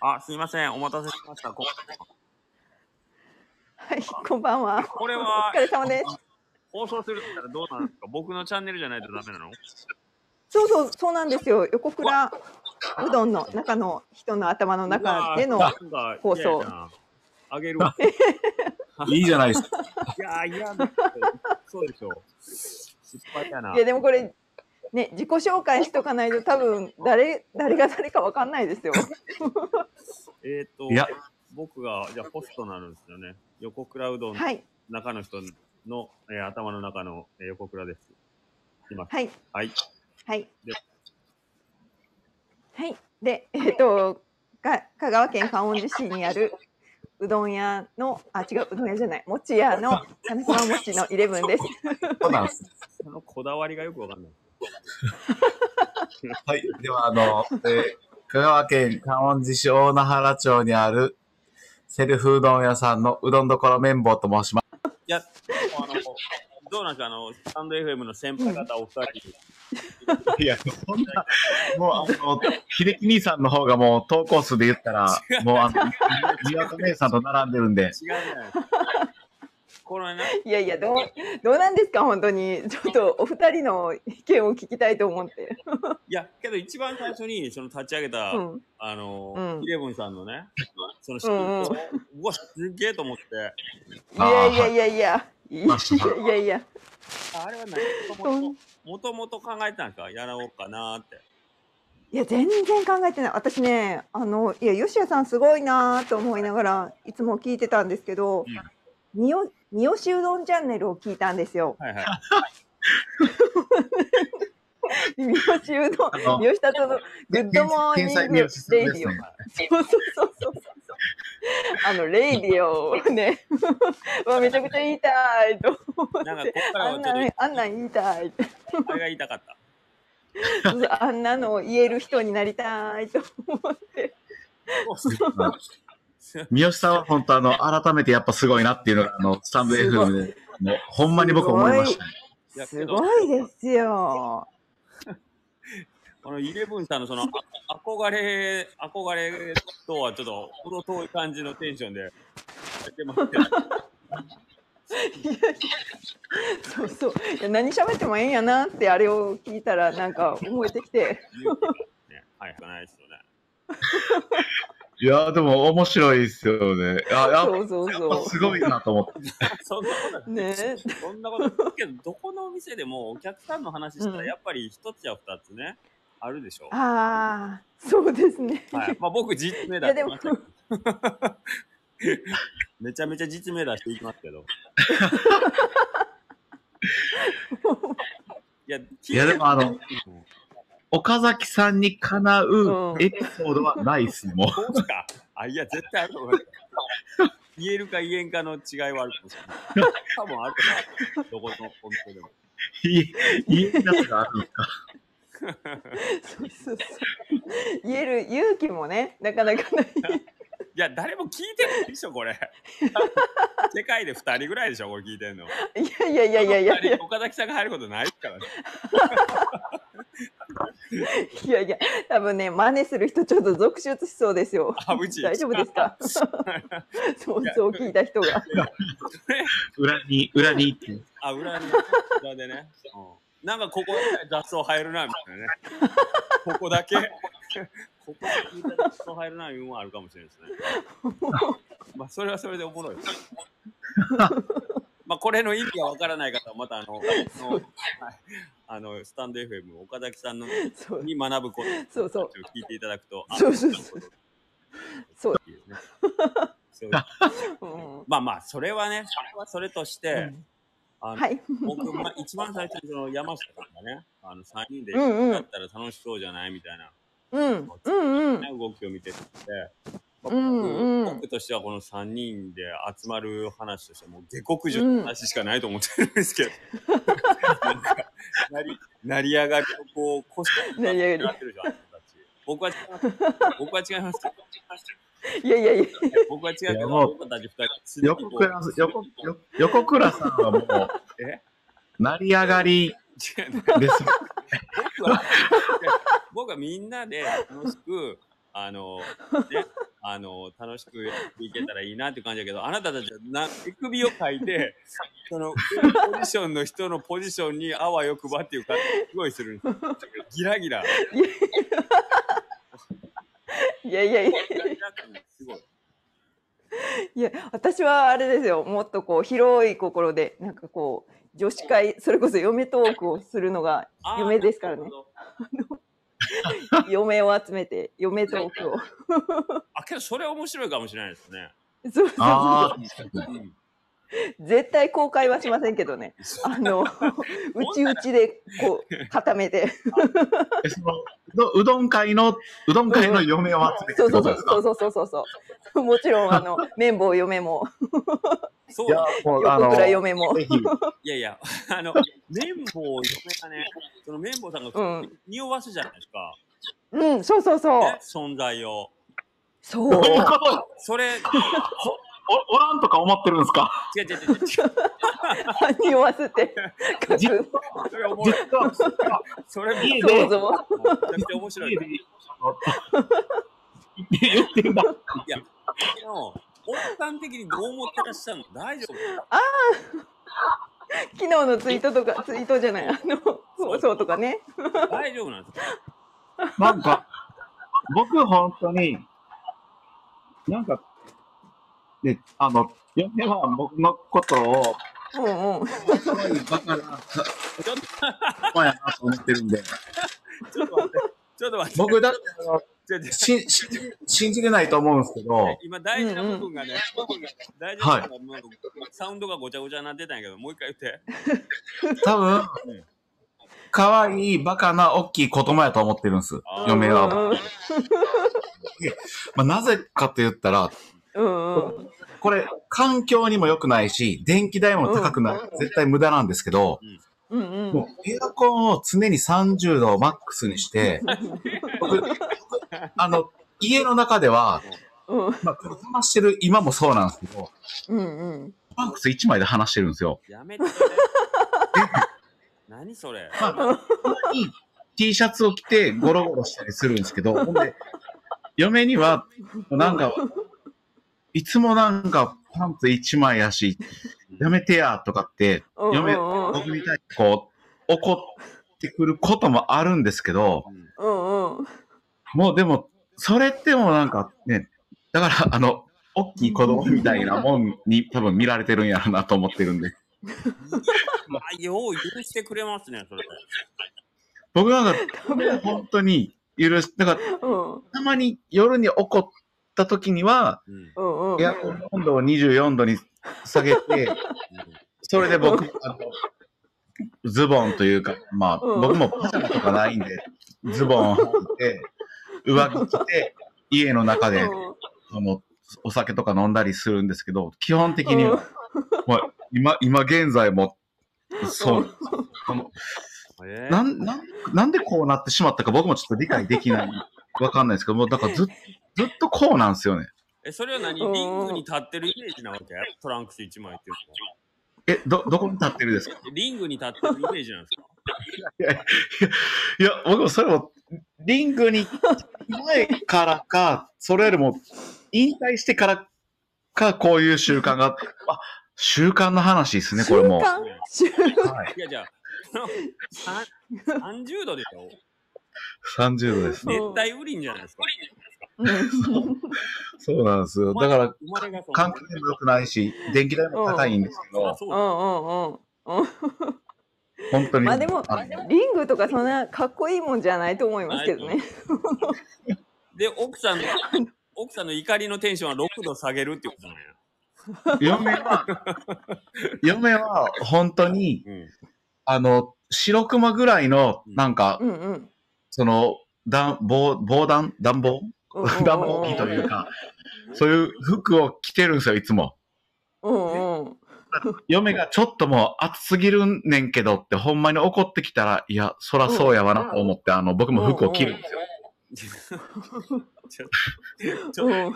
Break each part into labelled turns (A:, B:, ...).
A: あ、すいません。お待たせしました。こ
B: はい、こんばんは。
A: これ
B: お
A: は
B: 疲れ様です。
A: 放送するったらどうなんですか僕のチャンネルじゃないとダメなの
B: そうそう、そうなんですよ。横倉うどんの中の人の頭の中での。
A: うわ
B: は
A: ーなんか
B: 放送
A: 嫌やなあげるわ。
C: いいじゃないですか。
A: いやー、いや、そうでしょう。失敗やない
B: や、。でもこれ、ね、自己紹介しとかないと多分、誰、誰が誰かわかんないですよ。
A: えっ、ー、と
C: いや、
A: 僕が、じゃあホストになるんですよね。横倉うどんの
B: はい、
A: 中の人の、えー頭の中の、えー横倉です。
B: はい、
A: はい。
B: はい
A: で。
B: はい。で、えっ、と、が香川県観音寺市にある、うどん屋の、あ、違う、うどん屋じゃない、もち屋の、金沢もちのイレブンです。
C: そうなんです。
A: そのこだわりがよくわかんない。
C: はい。では、あの、えー香川県観音寺市大名原町にあるセルフうどん屋さんのうどんどころ綿棒と申しま
A: いや、あの、どうなんですか、あの、スタンド FM の先輩方お二人、
C: す。いや、そんな、もう、あの、秀樹兄さんの方がもう投稿数で言った ら、もう、あの、にわか姉さんと並んでるんで、
A: 違うじゃないですか。これね、
B: いやいや、どう、どうなんですか、本当に。ちょっ とお二人の意見を聞きたいと思って。
A: いや、けど一番最初にその立ち上げた、
B: うん。
A: あの、
B: うん
A: イレブンさんのね、その仕組みを、うわ、すげえと思って、
B: いやいやいやいや。い
C: まあ
B: やいやいや。
A: ああれは何
B: うん
A: もともと考えてたんですかやろうかなーって。
B: いや、全然考えてない。私ね、あの、いや、吉谷さんすごいなと思いながら、いつも聞いてたんですけど、みよ、みよしうどんチャンネルを聞いたんです よ。
A: はいはい。
B: みよしうどん、
C: あの
B: みよしたとのグッドモーニ
C: 天才
B: ン
C: ミュ
B: グ
C: ージシャ
B: レ
C: ン
B: イ
C: で
B: デ
C: す
B: ィオ
C: ね。。
B: そうそうそうそうそう。あの、レイディオを ね、 うわめちゃくちゃ言いたいと思って。
A: なんかこっから
B: あ
A: は
B: ん
A: ちょ
B: な
A: っ
B: ん、あんなん言いたいって。
A: と、これが言いたかった。
B: あんなのを言える人になりたいと思って。
C: 三好さんは本当あの、改めてやっぱすごいなっていうのが、あの、スタンド FM で、もうほんまに僕思いました。
A: いや
B: すごいですよ。
A: このイレブンさんのその、あ憧れ、憧れとはちょっと、ほど遠い感じのテンションで、やってますけ ど
B: そうそう。いや何喋ってもええんやなって、あれを聞いたら、なんか思えてきて。
A: ね、はい、ないですよね。
C: いや、でも面白いですよね。あ、やっ
B: そうそう
C: ぱ
B: そ
C: すごいなと思って。
A: そんなことな
B: う。ねえ。
A: い。そんなこと、けど、どこのお店でもお客さんの話した
B: う
A: ら、
B: ん
A: やっぱり一つや二つね、あるでしょう。
B: ああ、そうですね。
A: はい。まあ僕、実名
B: い
A: だ
B: や、
A: って
B: で
A: 言い
B: も
A: まし、たけどめちゃめちゃ実名出していきますけ ど。いや、聞
C: いや、でもあの、
A: うん
C: 岡崎さんにかなうエピソードはないっすね、もう。
A: そうですか。あ、いや、絶対あると思います。言えるか言えんかの違いはあると思うんですけど。多分あると思う。どこのお店でも。
C: いい、いいやつがあるんですか。
B: そうそうそう。言える勇気もね、なかなかない。
A: いや、誰も聞いてないでしょ、これ。 世界で2人ぐらいでしょ、これ聞いてんの。い
B: いやいやいやいやいや。
A: 岡崎さんが入ることないから ね。
B: いやいや、多分ね、真似する人ちょっと続出しそうですよ。
A: あ、うち。
B: 大丈夫ですか そうそう聞いた人が。
C: 裏に、裏にっていう。
A: あ、裏に、裏でね。うん、なんかここだけ雑草入るな、みたいなね。 ここだけ、ここだけ雑草入るな、いうのはあるかもしれないですね。まあ、それはそれでおも ろいです。まあ、これの意味がわからない方は、またあの、あのはいあの、スタンド FM、岡崎さんの
B: そう
A: に学ぶこと
B: そうそう
A: を聞いていただくと、あ
B: そうそう
A: なるほどっ
B: そう、
A: ていうね。そう
B: うん
A: まあまあ、それはね、それはそれとして、あの
B: はい。
A: 僕、まあ、一番最初にその山下さんがね、あの3人で
B: うんうん
A: やったら楽しそうじゃないみたいな、
B: うんうんうん
A: ね動きを見てて、まあ僕
B: うんうん
A: 僕としてはこの3人で集まる話としてもう下克上の話しかないと思ってるんですけど、なんか成り成り上がりをこう、腰に
B: 成り上がり
A: なってるじゃん、あの人たち僕は違います。僕は違います。
B: いやいやいや
A: 僕は違うけ
C: いや
A: ど、
C: もう
A: 僕たち2人すでにこう、
C: 横倉、横、横横倉さんはもう、
A: え
C: 成り上がり
A: 違う
C: です。
A: 僕は、僕はみんなで楽しく、あの、ね、あの、楽しくやっていけたらいいなって感じだけど、あなたたちはな、手首をかいて、その、ポジションの人のポジションにあわよくばっていう感じすごいするんですよ。ギラギラ。
B: いやいやいや
A: ギラギラ感がすごい。
B: いや私はあれですよもっとこう広い心でなんかこう女子会それこそ嫁トークをするの が
A: あー
B: 夢ですから
A: な
B: ね
A: るほど
B: 嫁を集めて嫁トークを
A: あ、けどそれ面白いかもしれないですね。
B: そうそうそう
C: ああ、
A: うん
B: 絶対公開はしませんけどねあ のうちうちでこう固めて
C: えそのうどうどん会の、うどん会の嫁を集めて
B: そ
C: っ
B: う
C: て
B: そ
C: こ
B: うそ
C: と
B: うそうそう
C: ですか
B: そうそうもちろんあ の綿棒嫁も
A: そう
C: いや
A: だ、
C: もう、あ
B: 横
C: の、
B: 倉
C: ぜ
B: 嫁も
C: ひ、
A: いやいや、あの、綿棒を嫁がね、その綿棒さん
B: う
A: が
B: ん
A: 匂わすじゃないですか。
B: うんそうそうそう
A: ね存在を。
B: そう
C: どういうこと
A: それ、違う
C: おおらんとか思ってるんですか
A: 違う違う違う。
B: 匂わせ て書
C: 実
B: く
A: それおもろい。
C: 実は、
A: それ
C: 家
B: 想
A: め
B: 像
C: で、
A: ちゃくちゃ面白い
C: 家。で、言ってるんだ。
A: でも奥さん的にどう思ってらっしゃるの大丈夫
B: 昨日のツイートとかツイートじゃないあの放送とかね
A: 大丈夫なんですか
C: なんか、僕本当に、なんか、ね、あの、嫁は僕のことを、
B: うんうん
C: すごいバカな、
A: ちょっ
C: バやなと思ってるんで、
A: と、ちょっと待って。ちょっと待って。
C: 僕だってあの
A: ちょっと待って
C: し信じ信じれないと思うんですけど、
A: 今大事な部分がね、大事な部分が、なんかサウンドがごちゃごちゃになってたんやけど、もう一回言って。
C: 多分
A: うん、
C: 可愛いバカな大きい子供やと思ってるんです
A: あ、ー
C: 嫁は。
B: うん
C: まあ、なぜかと言ったら、
B: うんうん
C: これ、環境にも良くないし、電気代も高くない、絶対無駄なんですけど、
B: うんうん
C: もうエアコンを常に30度をマックス にして、僕、あの、家の中では、
B: うん
C: まあ、これ話してる今もそうなんですけど、
B: うんうん
C: マックス1枚で話してるんですよ。
A: やめて。何それ
C: まあ、いい T シャツを着てゴロゴロしたりするんですけど、ほんで、嫁には、なんか、いつもなんかパンツ1枚やし、やめてや、とかって、
B: うん
C: 嫁、
B: うん
C: 僕みたいにこう、怒ってくることもあるんですけど、
A: うん
B: うんうん
C: もうでも、それってもうなんかね、だから、あの、大きい子供みたいなもんに多分見られてるんやろなと思ってるんで。
A: まあ、よう許してくれますね、それ。
C: 僕なんか、本当に許し、だから、
B: うん
C: たまに夜に怒った時には、
A: うん
B: うんうん
C: エアコンの温度を24度に下げて、それで僕、あの、ズボンというか、まあ、
B: うん
C: 僕もパジャマとかないんで、ズボンを履いて、上着着て、家の中で、その、お酒とか飲んだりするんですけど、基本的には、まあ、今、今現在も、そう、この
A: えー
C: なん、なん、なんでこうなってしまったか僕もちょっと理解できない、わかんないですけど、もうだからずっずっとこうなんですよね。
A: え、それは何リ
B: うん
A: ングに立ってるイメージなわけトランクス1枚っていうのは。
C: え、ど、どこに立ってるですか
A: リングに立ってるイメージなんですか
C: いや、僕もそれも、リングに前からか、それよりも、引退してからか、こういう習慣が、あ、習慣の話ですね、これも。は
B: 習慣
C: い。
A: いやじゃあ、そのさん30度でしょ
C: 30度です。
B: うん
A: 熱帯雨林じゃないですか。
B: うん
C: そうなんですよ。だから、
A: 生まれがそう。
C: 環境にも良くないし、電気代も高いんですけ
A: あ
C: ど、
A: そう
B: う
A: だ
B: んうん
C: 本当
B: うん
C: に。
B: まあでも
C: あの
B: リングとかそんなかっこいいもんじゃないと思いますけどね
A: で、奥さんの、奥さんの怒りのテンションは6度下げるってことなんや。
C: 嫁は、嫁は本当に、
A: う
C: あの、白熊ぐらいの、なんか、
B: うんうん
C: その、暖防、防弾暖房
B: うんうんうん
C: 暖房着というか、そういう服を着てるんですよ、いつも。
B: うんうん
C: 嫁がちょっともう暑すぎるねんけどって、ほんまに怒ってきたら、いや、そらそうやわなと思って、あの、僕も服を着るんですよ。
A: ん。ちょ
B: うん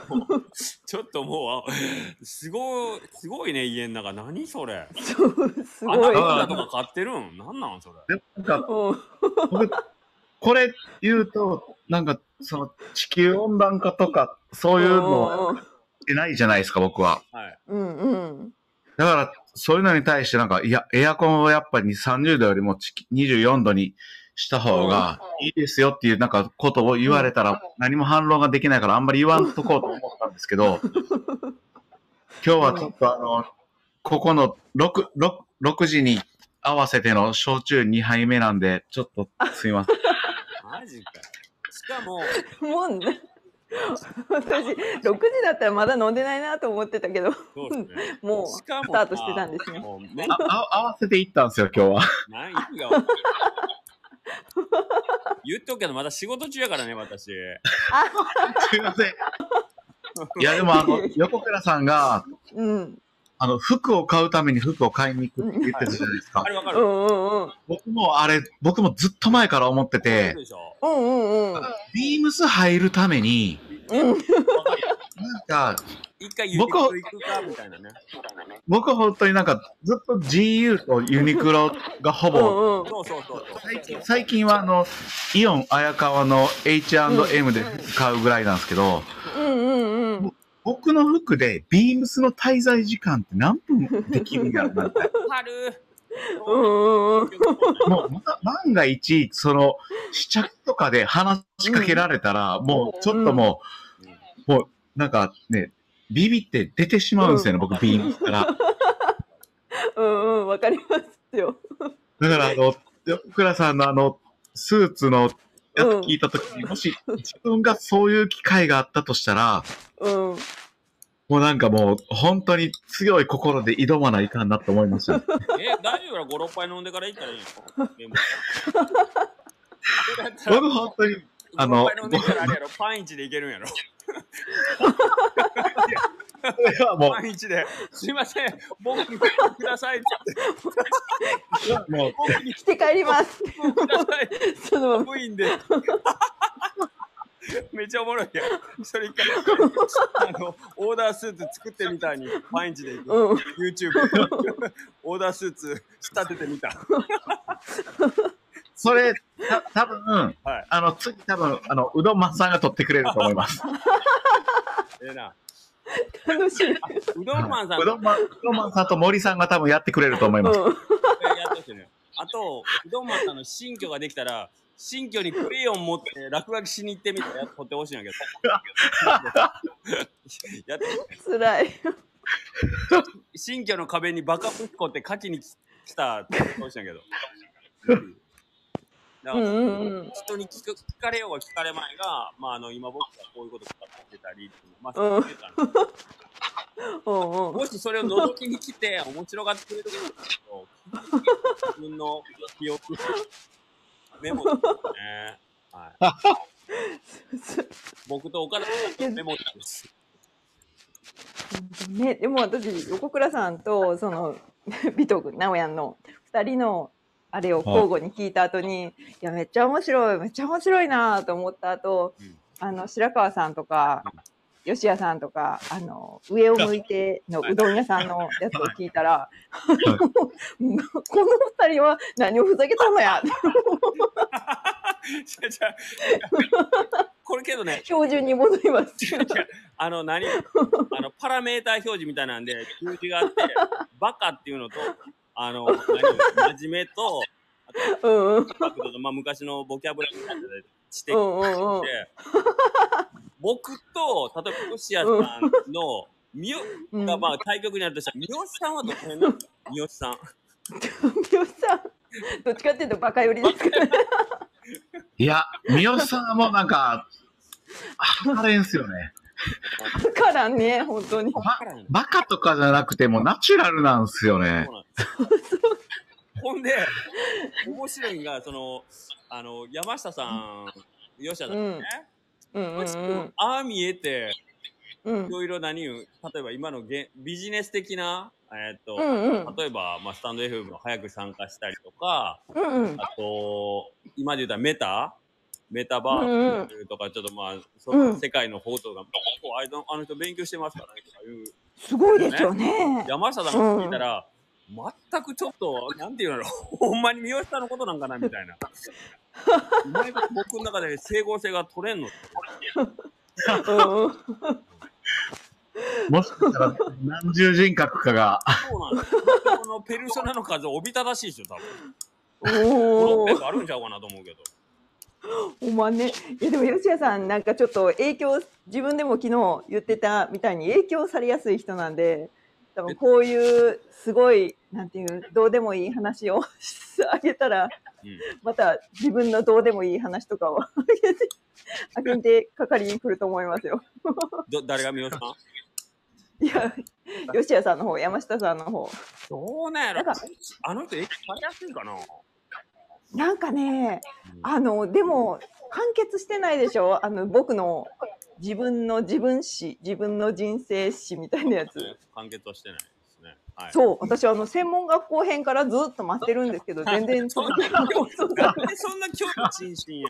A: ちょっともうあ、すごい、すごいね、家の中。何それ。
B: そうす
A: アナ
B: ごい
A: コンダとか買ってるん何なんそれ。
C: でなんか、
B: うん
C: 僕、これ言うと、なんか、その地球温暖化とか、そういうの
B: うん
C: ってないじゃないですか、僕は。
A: はい。
B: うんうん
C: だから、そういうのに対してなんか、いや、エアコンをやっぱり30度よりも地球24度にした方がいいですよっていうなんかことを言われたら何も反論ができないからあんまり言わんとこうと思ったんですけ ど、今日はちょっとあの、ここの 6, 6, 6時に合わせての焼酎2杯目なんで、ちょっとすいません。
A: マジか。しかも、
B: もうね私6時だったらまだ飲んでないなと思ってたけど
A: そうですね。
B: もう
A: し
B: ス
A: かも
B: タートしてたんですね。
A: もうめん
C: ああ 合わせていったんですよ、 今日は。
A: ない意味がわかんない。言っとくけど、まだ仕事中やからね、私。
C: すいません。いや、でもあの、 横倉さんが、
B: うん
C: あの、服を買うために服を買いに行くって言ってたじゃないですか
A: あ。れわか
B: う
A: る。
B: んうんうん
C: 僕もあれ、僕もずっと前から思って
A: そう
C: て、
A: でしょ
B: うんうんうん
C: ビームス入るために、
B: うん
A: わかるよ
C: なんか、
A: 一回ユニクロ行くかみたいなね。
C: 僕は本当になんか、ずっと GU とユニクロがほぼ、
B: うんうん
A: そうそうそうそう。
C: 最近最近はあの、イオン綾川の H&M で買うぐらいなんですけど、
B: うんうん
C: 僕の服でビームスの滞在時間って何分できるんやろなって。
A: わかる。
B: うんうん
C: もう、ま万が一、その、試着とかで話しかけられたら、もう、ちょっともう、もう、なんかね、ビビって出てしまうんですよね、僕、ビームスから。
B: うんうんわかりますよ
C: だから、あの、福良さんのあの、スーツのやつ
B: うん
C: 聞いたときに、もし、自分がそういう機会があったとしたら、
B: うん
C: もうなんかもう、本当に強い心で挑まないかんなと思いま した、ね。
A: え、大丈夫だ、5、6杯飲んでから行ったらいいのでもそれやったら
C: 僕、本当に、あの
A: 5杯飲んでからあれやろ、パンイチでいけるんやろ。
C: これはも
A: パンイチで、すいません、僕にくだ さいって
C: う、もう、
A: 僕に
B: 着て帰ります
A: くださいって
B: ちょっと
A: 寒いんで。 めっちゃおもろいやん。それ一回、あの、オーダースーツ作ってみたいに、パンイチで行く。
B: うん
A: YouTube、オーダースーツ仕立ててみた。
C: それ、た多分、
A: はい
C: あの、次多分、あの、うどんまんさんが取ってくれると思います。
A: ええな。
B: 楽しみ
A: うどんマンさん
C: うどんまん、うどんまんさんと森さんが多分やってくれると思います。
B: うん
A: えーやってほしいね。あと、うどんまんさんの新居ができたら、新居にクレヨン持って落書きしに行ってみたらやっとってほしいんやけど。 やって
B: 辛い
A: 新居の壁にバカぶっこって書きに来たって言ってほしいんやけど。だ
B: う
A: から
B: んうんうん
A: 人に聞く聞かれようが聞かれまいが、まあ、あの今僕がこういうこと語ってたりっていうのまあ、
B: うん
A: そういうのが
B: うんうん
A: もしそれを覗きに来て面白がってくれるかと自分の記憶メモですね。 はい、僕と岡田さんのメモなん です。
B: ね、でも私横倉さんとその 美藤君直哉の2人のあれを交互に聞いた後に、い、やめっちゃ面白いめっちゃ面白いなと思った後、
A: うん
B: あの白川さんとか、吉谷さんとかあの上を向いてのうどん屋さんのやつを聞いたら、もう この2人は何をふざけたのやって
A: じゃじゃこれけどね、
B: 標準に戻 ります。
A: あの 何あのパラメーター表示みたいなんで数字が あって、バカっていうのと、あの何真面目と、
B: うんうん
A: 角度とまあ、昔のボキャブラリーなんで知的
B: うんうんうん
A: で僕と、例えば、ロシアさんの、みよ、
B: うん
A: が、まあ、対局にあるとしたら、みよしさんはどの辺なのみよしさん。
B: 美容師さんどっちかっていうとバカ寄りですから
C: いや、三好さんはもうなんか、はかれんすよね。
B: だからね本当に。
C: ば
A: からん
C: バカとかじゃなくて、もうナチュラルなんすよね
A: そ。うなんですほんで、面白いのが、その、あの、山下さん、吉田さんね。
B: うんうんうん
A: ああ見えて、
B: うん
A: いろいろ何言う、例えば今のげビジネス的な、えーっと、
B: うんうん
A: 例えば、まあ、スタンド FM を早く参加したりとか、
B: うんうん
A: あと、今で言ったらメタメタバースとか、ちょっとまあ、そうの
B: ん
A: 世界の報道が、結構あれのあの人勉強してますからね、とかいう。
B: すごいですよね。
A: 山下さんが聞いた ら、全くちょっと、なんていうの、ほんまに三好さんのことなんかな、みたいな。お前が僕の中で整合性が取れん の
B: うんうん
C: もしかしたら何重人格かが、
A: そうなんだ。このペルソナの数おびただしいでしょ、多分。
B: おー
A: 600あるんちゃうかなと思うけど。
B: おまねいやでも吉谷さんなんかちょっと影響自分でも昨日言ってたみたいに影響されやすい人なんで多分こういうすごいなんていうどうでもいい話をあげたら
A: うん
B: また自分のどうでもいい話とかをあげてあげて係に来ると思いますよ。
A: ど誰が見ようさん
B: いや吉谷さんの方山下さんの方
A: どうなんやろ
B: なんか
A: あの人、影響されやすいかな
B: なんかねあのでも完結してないでしょあの僕の自分の自分史自分の人生史みたいなやつ。
A: 完結はしてないですね。はい。
B: そう、私はあの専門学校編からずっと待ってるんですけど、全然
A: そんな興味、なんでそんな興味津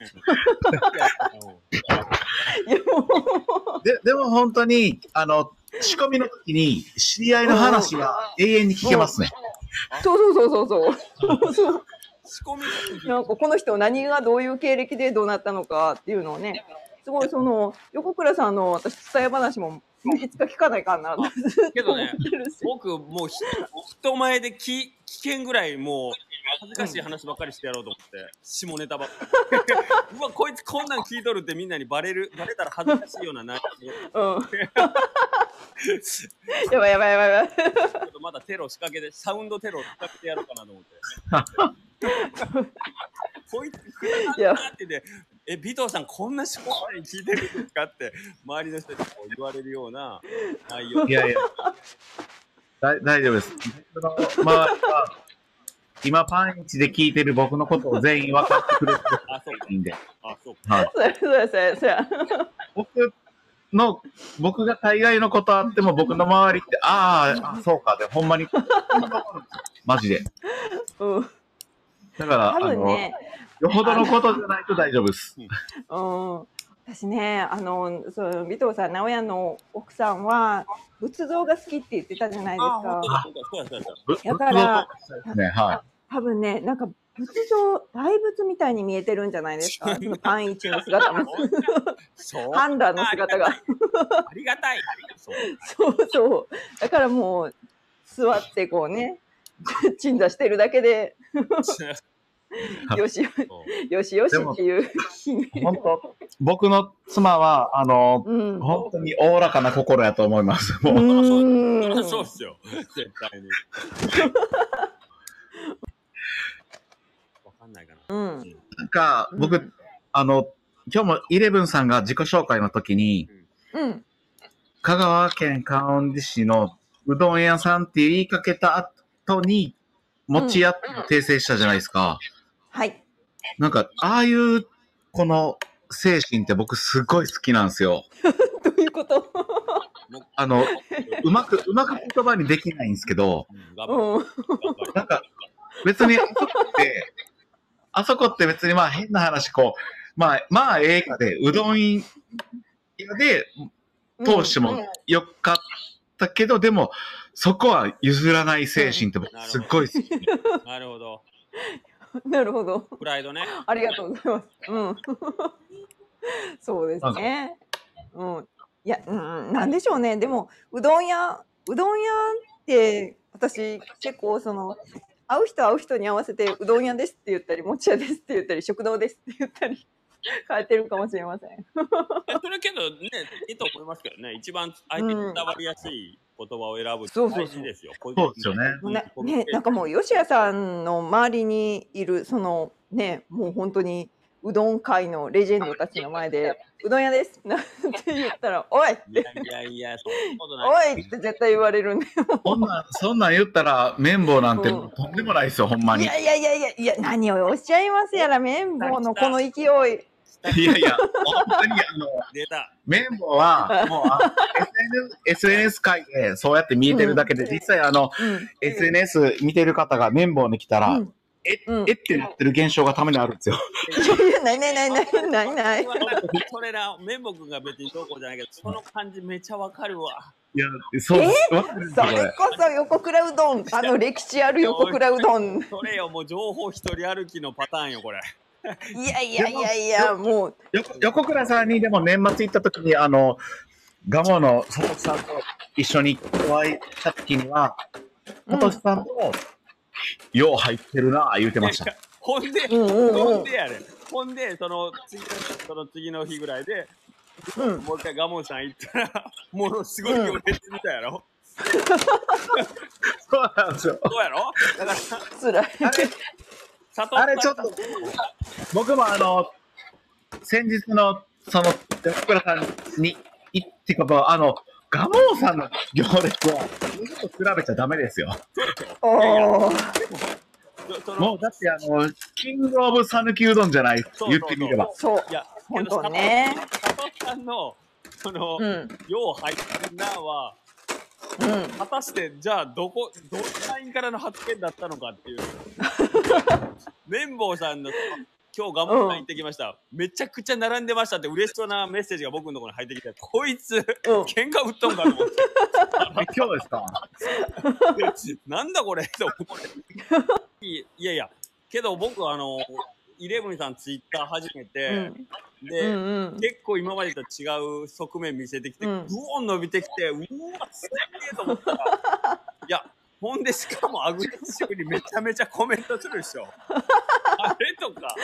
A: 々やねんい
B: いやも
C: で、でも本当に、あの、仕込みの時に知り合いの話が永遠に聞けますね。
B: うそうそうそうそうそう。そう
A: や仕込み
B: なんかこの人何がどういう経歴でどうなったのかっていうのをね、すごいその横倉さんの私伝え話もいつか聞かないかんな。
A: けどね、
B: 思ってるし
A: 僕、もうひ人前で聞聞けんぐらい、もう恥ずかしい話ばっかりしてやろうと思って、下ネタばっか り。うわ、こいつこんなん聞いとるってみんなにバレる、バレたら恥ずかしいような内容。
B: うん。やばいやばいやばいやばい。
A: ちょっとまだテロ仕掛けで、サウンドテロ仕掛けてやろうかなと思って。 こいつ、くだらんなってて、え、尾藤さん、こんな思考に聞いてるんですかって、周りの人にこう言われるような内容。
C: いやいや。だ大丈夫です。その周りは今パンイチで聞いてる僕のことを全員分かってくれて
A: あ、そうか
C: る。んで、
A: あ、そうか。
B: そうやそうやそうやそうや。
C: 僕の、僕が大概のことあっても僕の周りって、あーあ、そうか、で、ほんまに、マジで。
B: うん。
C: だから、
B: 多
C: あ
B: 分
C: の、
B: ね。
C: よほどのことじゃないと大丈夫です。
B: うん、私ねあのその尾藤さん直哉の奥さんは仏像が好きって言ってたじゃないです
A: あ、本
B: か
A: 当だ、そうか、そうだ、そうだ。
C: ぶ
B: だから
C: 仏像ね、は
B: 多分ねなんか仏像大仏みたいに見えてるんじゃないで すかそのパンイチの姿も
A: そう。
B: パンダの姿が
A: ありがたい。そう
B: そうそうだからもう座ってこうね鎮座してるだけで
A: そう
B: よしよしよしっていう日に
C: い。本当、僕の妻は、あの、
B: うん
C: 本当におおらかな心やと思います。もう、
A: そり
B: う
A: ゃ
B: ん
A: そうっすよ。絶対 に。わかんないかな。
B: うん
C: なんか、僕、
B: うん
C: あの、今日もイレブンさんが自己紹介の時に、
B: うん
C: 香川県観音寺市のうどん屋さんって言いかけた後に、餅屋って訂正したじゃないですか。
B: はい
C: なんか、ああいう、この、精神って僕すごい好きなんですよ。
B: どういうこと
C: あの、うまく、うまく言葉にできないんですけど、
A: うん頑張
B: うん
A: れ頑張れ
C: なんか、別に、あそこって、あそこって別にまあ変な話、こう、まあ、まあええかで、うどん屋で通してもよかったけど、でも、そこは譲らない精神って僕すっごい好き。
A: なるほど。
B: なるほど
A: プライド ね。
B: ありがとうございます。うん。 そうですね。うん。いや、うん、なんでしょうね。でも、うどん屋、うどん屋って、私、結構、その、会う人会う人に合わせて、うどん屋ですって言ったり、餅屋ですって言ったり、食堂ですって言ったり、変えてるかもしれません。
A: いやそれけどね、いいと思いますけどね、一番相手に伝わりやすい言葉を選ぶ
B: そう
A: の
B: そうそう
A: 大事ですよ。
C: そうですよね
B: ね、ねなんかもう、吉谷さんの周りにいる、その、ね、もう本当に、うどん界のレジェンドたちの前で、うどん屋ですなんて言ったら、おいって
A: いやいやいや、そんなこと
B: お
A: ない。
B: いって絶対言われるんで。
C: そんなん、そんなん言ったら、綿棒なんて
B: うん
C: とんでもないですよ、ほんま
B: い
C: に。い
B: やいやいやいや、いや、何をおっしゃいますやら、綿棒のこの勢い。
C: やいや、本当に、あの、
A: 出た。
C: 綿棒 は、もうあ SNS、SNS 界でそうやって見えてるだけで、実際あの、SNS 見てる方が綿棒に来たら、
B: うん
C: え、
B: うん
C: えってなってる現象がためにあるんですよ。
B: いやいや、ないないないないないない。
A: それら、綿棒君が別にどうこうじゃないけど、その感じめちゃわかるわ。
C: いや、そうです。わかるんです
B: そ
C: よこ
B: れ
C: れ。
B: こそ横倉うどん、あの歴史ある横倉うどん。
A: それよ、もう情報一人歩きのパターンよ、これ。
B: いやいやいやいや、もう、
C: 横横倉さんにでも年末行った時に、あの、ガモの佐藤さんと一緒にお会いした時には、
B: うん
C: 佐藤さんも、よう入ってるなぁ言うて ました。
A: ほんで、
B: うんうんうん
A: ほんでやで。ほんで、その次のその次の日ぐらいで、
B: うん、
A: もう一回ガモンさん行ったら、ものすごい行列みたいや ろ。
C: そうなんですよ。
A: そうやろだから、佐
B: 辛い。
C: あれ、
A: 藤さん
C: あれちょっと、僕もあの、先日の、その、横倉さんに、いってか、あの、ガモンさんの行列は、ちょっと比べちゃダメですよ。
B: おお、
A: その
C: もうだってあの、キングオブ讃岐うどんじゃない、
A: そう
C: 言ってみれば。
B: そう、
A: いや、
B: 本当ね。
A: 佐藤さんの、その、
B: うん、うん、
A: よう入ってるなは、果たして、じゃあ、どこ、どんなインからの発言だったのかって いう。綿棒さんの、今日ガモンさん行ってきました、めちゃくちゃ並んでましたって嬉しそうなメッセージが僕のところに入ってきて、こいつ、
B: うん、
A: 喧嘩売っとんかと思って。
C: 今日ですか
A: なんだこれと思って。いやいや、けど僕、あの、イレブンさんツイッター始め
B: う
A: て、
B: ん、う
A: で、
B: ん、 うん。
A: 結構今までと違う側面見せてきて、
B: う
A: うんおー伸びてきて、うわ、すげえと思ったら、いや、ほんでしかもアグレッシブにめちゃめちゃコメントするでしょ。あれと か、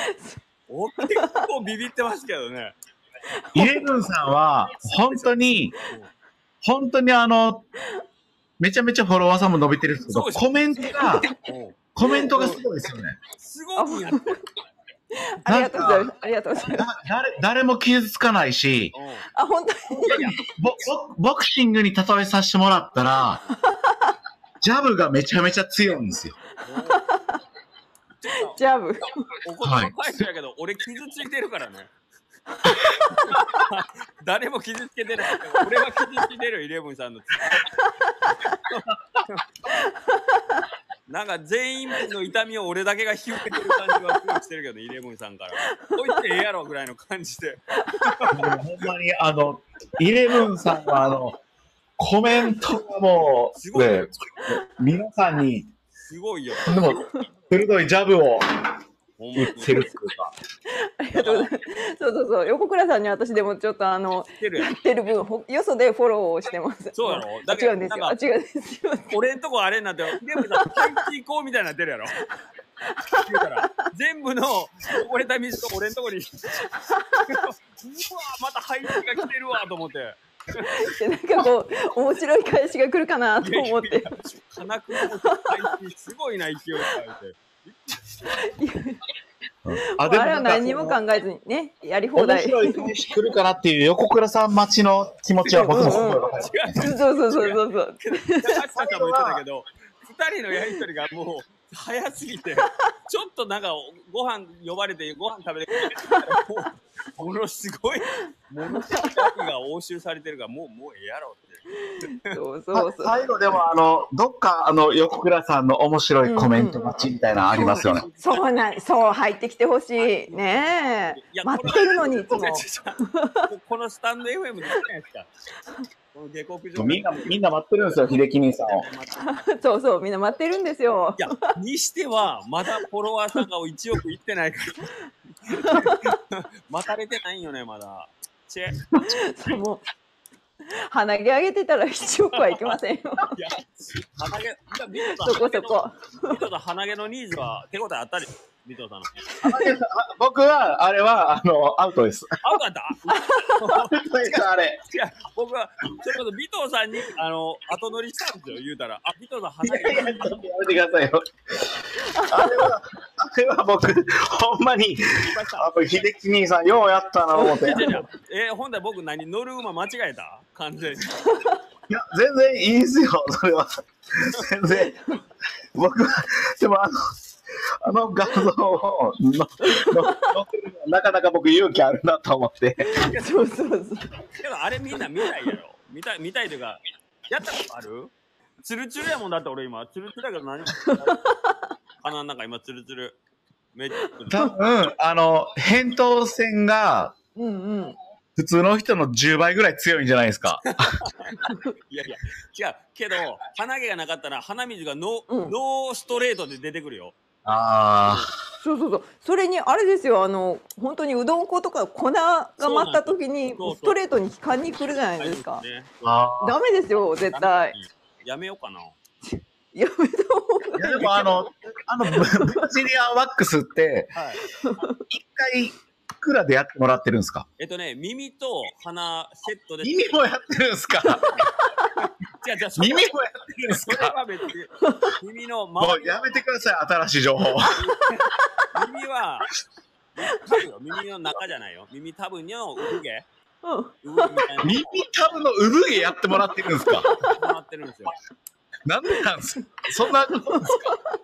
A: お結構ビビってますけどね。
C: イレブンさんは、本当に、本当にあの、めちゃめちゃフォロワーさんも伸びてるんですけど、
A: そうです
C: コメント が、
A: うん
C: コメントがすごいですよね。
A: すごいんやって。うん
B: ありがとうございます。ありがとうございます。
C: だ誰誰も傷つかないし、
B: あ、本当に。
C: ボボボクシングに例えさせてもらっ たら、ジャブがめちゃめちゃ強いんですよ。
A: うん
B: ジャブ。
A: お言葉返しだけど、俺傷ついてる からね。誰も傷つけてない。俺は傷ついてるよ、イレブンさんの。なんか全員の痛みを俺だけが引き受けてる感じはすごいしてるけど、イレブンさんから。こいつええやろぐらいの感じで。
C: でもほんまに、あの、イレブンさんは、あの、コメントがも
A: す
C: う、
A: ごいよ
C: ね、皆さんに、
A: すごいよ。
C: でも、鋭いジャブを
A: ほんま
C: 打
A: に
C: ってるっていう か。
B: ありがとうございます。そうそうそう。横倉さんに私でもちょっとあの、
A: 来てるや
B: や
A: ん
B: ってる分、ほよそでフォローをしてます。
A: そうやろ
B: あ
A: だけ
B: 違
A: ど
B: うんですよ。
A: な
B: あ
A: んか
B: 違うんですよ。
A: 俺んとこあれになって、イレブンさん、パンチ行こうみたいになってるやろ。言うから全部の汚れた水が俺んとこに。うわまた排水が来てるわと思って。
B: でなんかこう、面白い返しが来るかなと 思って。
A: 金久保の排水すごいな勢いがあって。
C: あ
B: あれは何にも考えずにね、やり放
C: 面
B: 題。
C: 白い返し来るかなっていう横倉さん待ちの気持ちは僕もすごいわかる。
A: 違う。
B: そうそうそうそうそう。
A: あっさんも言ってたけど、二人のやりとりがもう早すぎて、ちょっとなんかご飯呼ばれてご飯食べてくれもうものすごい、ものすごい額が押収されてるから、もうもうええやろって。
B: そうそうそう。
C: 最後でもあの、どっかあの横倉さんの面白いコメント待ちみたいなのありますよね。
B: そうなん、そう、入ってきてほしい。ね
A: いや
B: え。待ってるのに、いつ
A: 違う
B: も。
A: 違うこのスタンド FM でいいじゃないですか。この下克上。
C: みんな、みんな待ってるんですよ、秀樹兄さんを。
B: そうそう、みんな待ってるんですよ
A: い。や、にしては、まだフォロワーさんが1億いってないから。待たれてないんよね、まだ。チェい
B: そうもう鼻毛上げてたら一億はいき ませんよ。
A: や、鼻毛、いや、ビト
B: そ
A: さん
B: こそこ。
A: ビトさん、鼻毛のニーズは手応えあったり、ビトさんの。
C: 僕は、あれは、あの、アウトです。
A: あ、よかった
C: あれ。
A: 違う、僕は、それこそビトさんに、あの、後乗りしたんですよ、言うたら。あ、ビトさん、鼻毛。
C: やめてくださいよ。あれは、あれは僕、ほんまに、あの秀樹兄さん、ようやったな、思って。
A: 違う違うえー、本来僕何乗る馬間違えた完全に。
C: いや、全然いいですよ、 それは。全然。僕は、でもあの、あの画像をのの載せるのはなかなか僕勇気あるなと思って。
B: そうそうそう。
A: けどあれみんな見たいやろ。見たい、見たいというか、やったことあるツルツルやもんだって俺今、ツルツルやけど何も。鼻の中今ツルツル。めっちゃツルツル
C: 多分、あの、扁桃腺が
B: うんうん。
C: 普通の人の10倍ぐらい強いんじゃないですか。
A: いやいや、違う。けど、鼻毛がなかったら鼻水がノー、
B: うん
A: ノーストレートで出てくるよ。
C: あ
B: そうそうそう。それにあれですよ。あの本当にうどん粉とか粉が舞った
A: そうなんですよ
B: 時に
A: そうそう
B: ストレートに悲観に来るじゃないですか。
A: ね
C: ーあー。
B: ダメですよ絶対。
A: やめようかな。
B: やめた方が。
C: いやでもあの、あの、ブブラジリアンワックスって、
A: はい。
C: 一回、いくらでやってもらってるんですか
A: えっとね、耳と鼻セットで。
C: 耳もやってるんですか
A: じゃじゃそれ
C: 耳
A: は
C: もやってるんです
A: それ
C: か
A: は別に耳の
C: も
A: 周
C: う
A: りの
C: やめてください、新しい情報。
A: 耳は多分よ耳の中じゃないよ。耳多分の産毛
B: うん
A: 産毛みたいなの
C: 耳タブの産毛やってもらってるんですか
A: が溜まってるんですよ。
C: なんでなんですかそんなことですか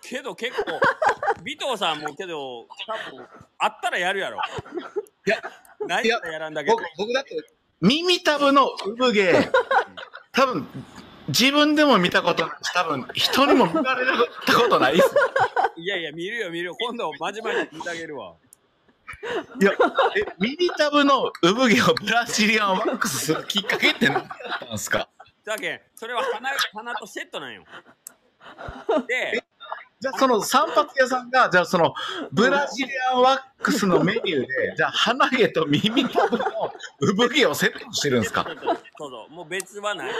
A: けど結構尾藤さんもけど多分あったらやるやろ。
C: いや
A: ないやらやらんだけど
C: 僕。僕だって耳タブの産毛多分自分でも見たことないし多分人にも見られたことないっす
A: いやいや見るよ見るよ。今度まじまじ聞いてあげるわ。
C: いやえ耳タブの産毛をブラジリアンワックスするきっかけって何だったんですか
A: だけんそれは鼻鼻とセットなんよ。で。
C: じゃあその散髪屋さんがじゃあそのブラジリアンワックスのメニューでじゃあ鼻毛と耳タブの産毛をセットしてるんですか
A: そうそうそうそうもう別は ない。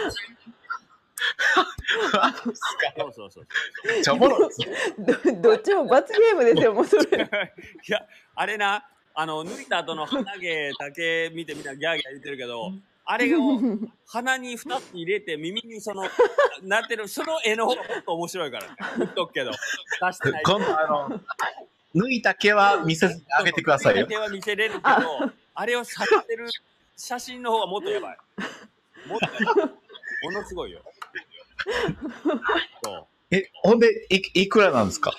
A: そうそうそう。
C: めっちゃおもろいですね
B: どどっちも罰ゲームですよもうそれ。
A: いや、あれな、あの、抜いた後の鼻毛だけ見てみんなギャーギャー言ってるけど、あ れを鼻に2つ入れて耳にその、 なってる、その絵の方がもっと面白いから、ね、言っとくけど、出してない。
C: 今度あの抜いた毛は見せてあげてくださいよ
A: 抜た毛は見せれるけど、あれを刺してる写真の方がもっとやばい。もっとやばい。ものすごいよ。そう。
C: え、ほんで、いいくらなんですか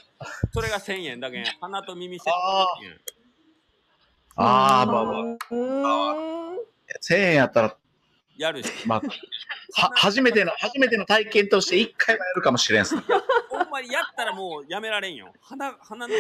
A: それが1000円だけん、鼻と耳セッ
C: あ
A: ト1000円。
C: ああ、まあまあ。
B: うーん。
C: 1000円やったら、
A: やるし。
C: まあ、は、初めての、初めての体験として1回はやるかもしれんっすね。
A: ほんまにやったらもうやめられんよ。鼻、鼻の。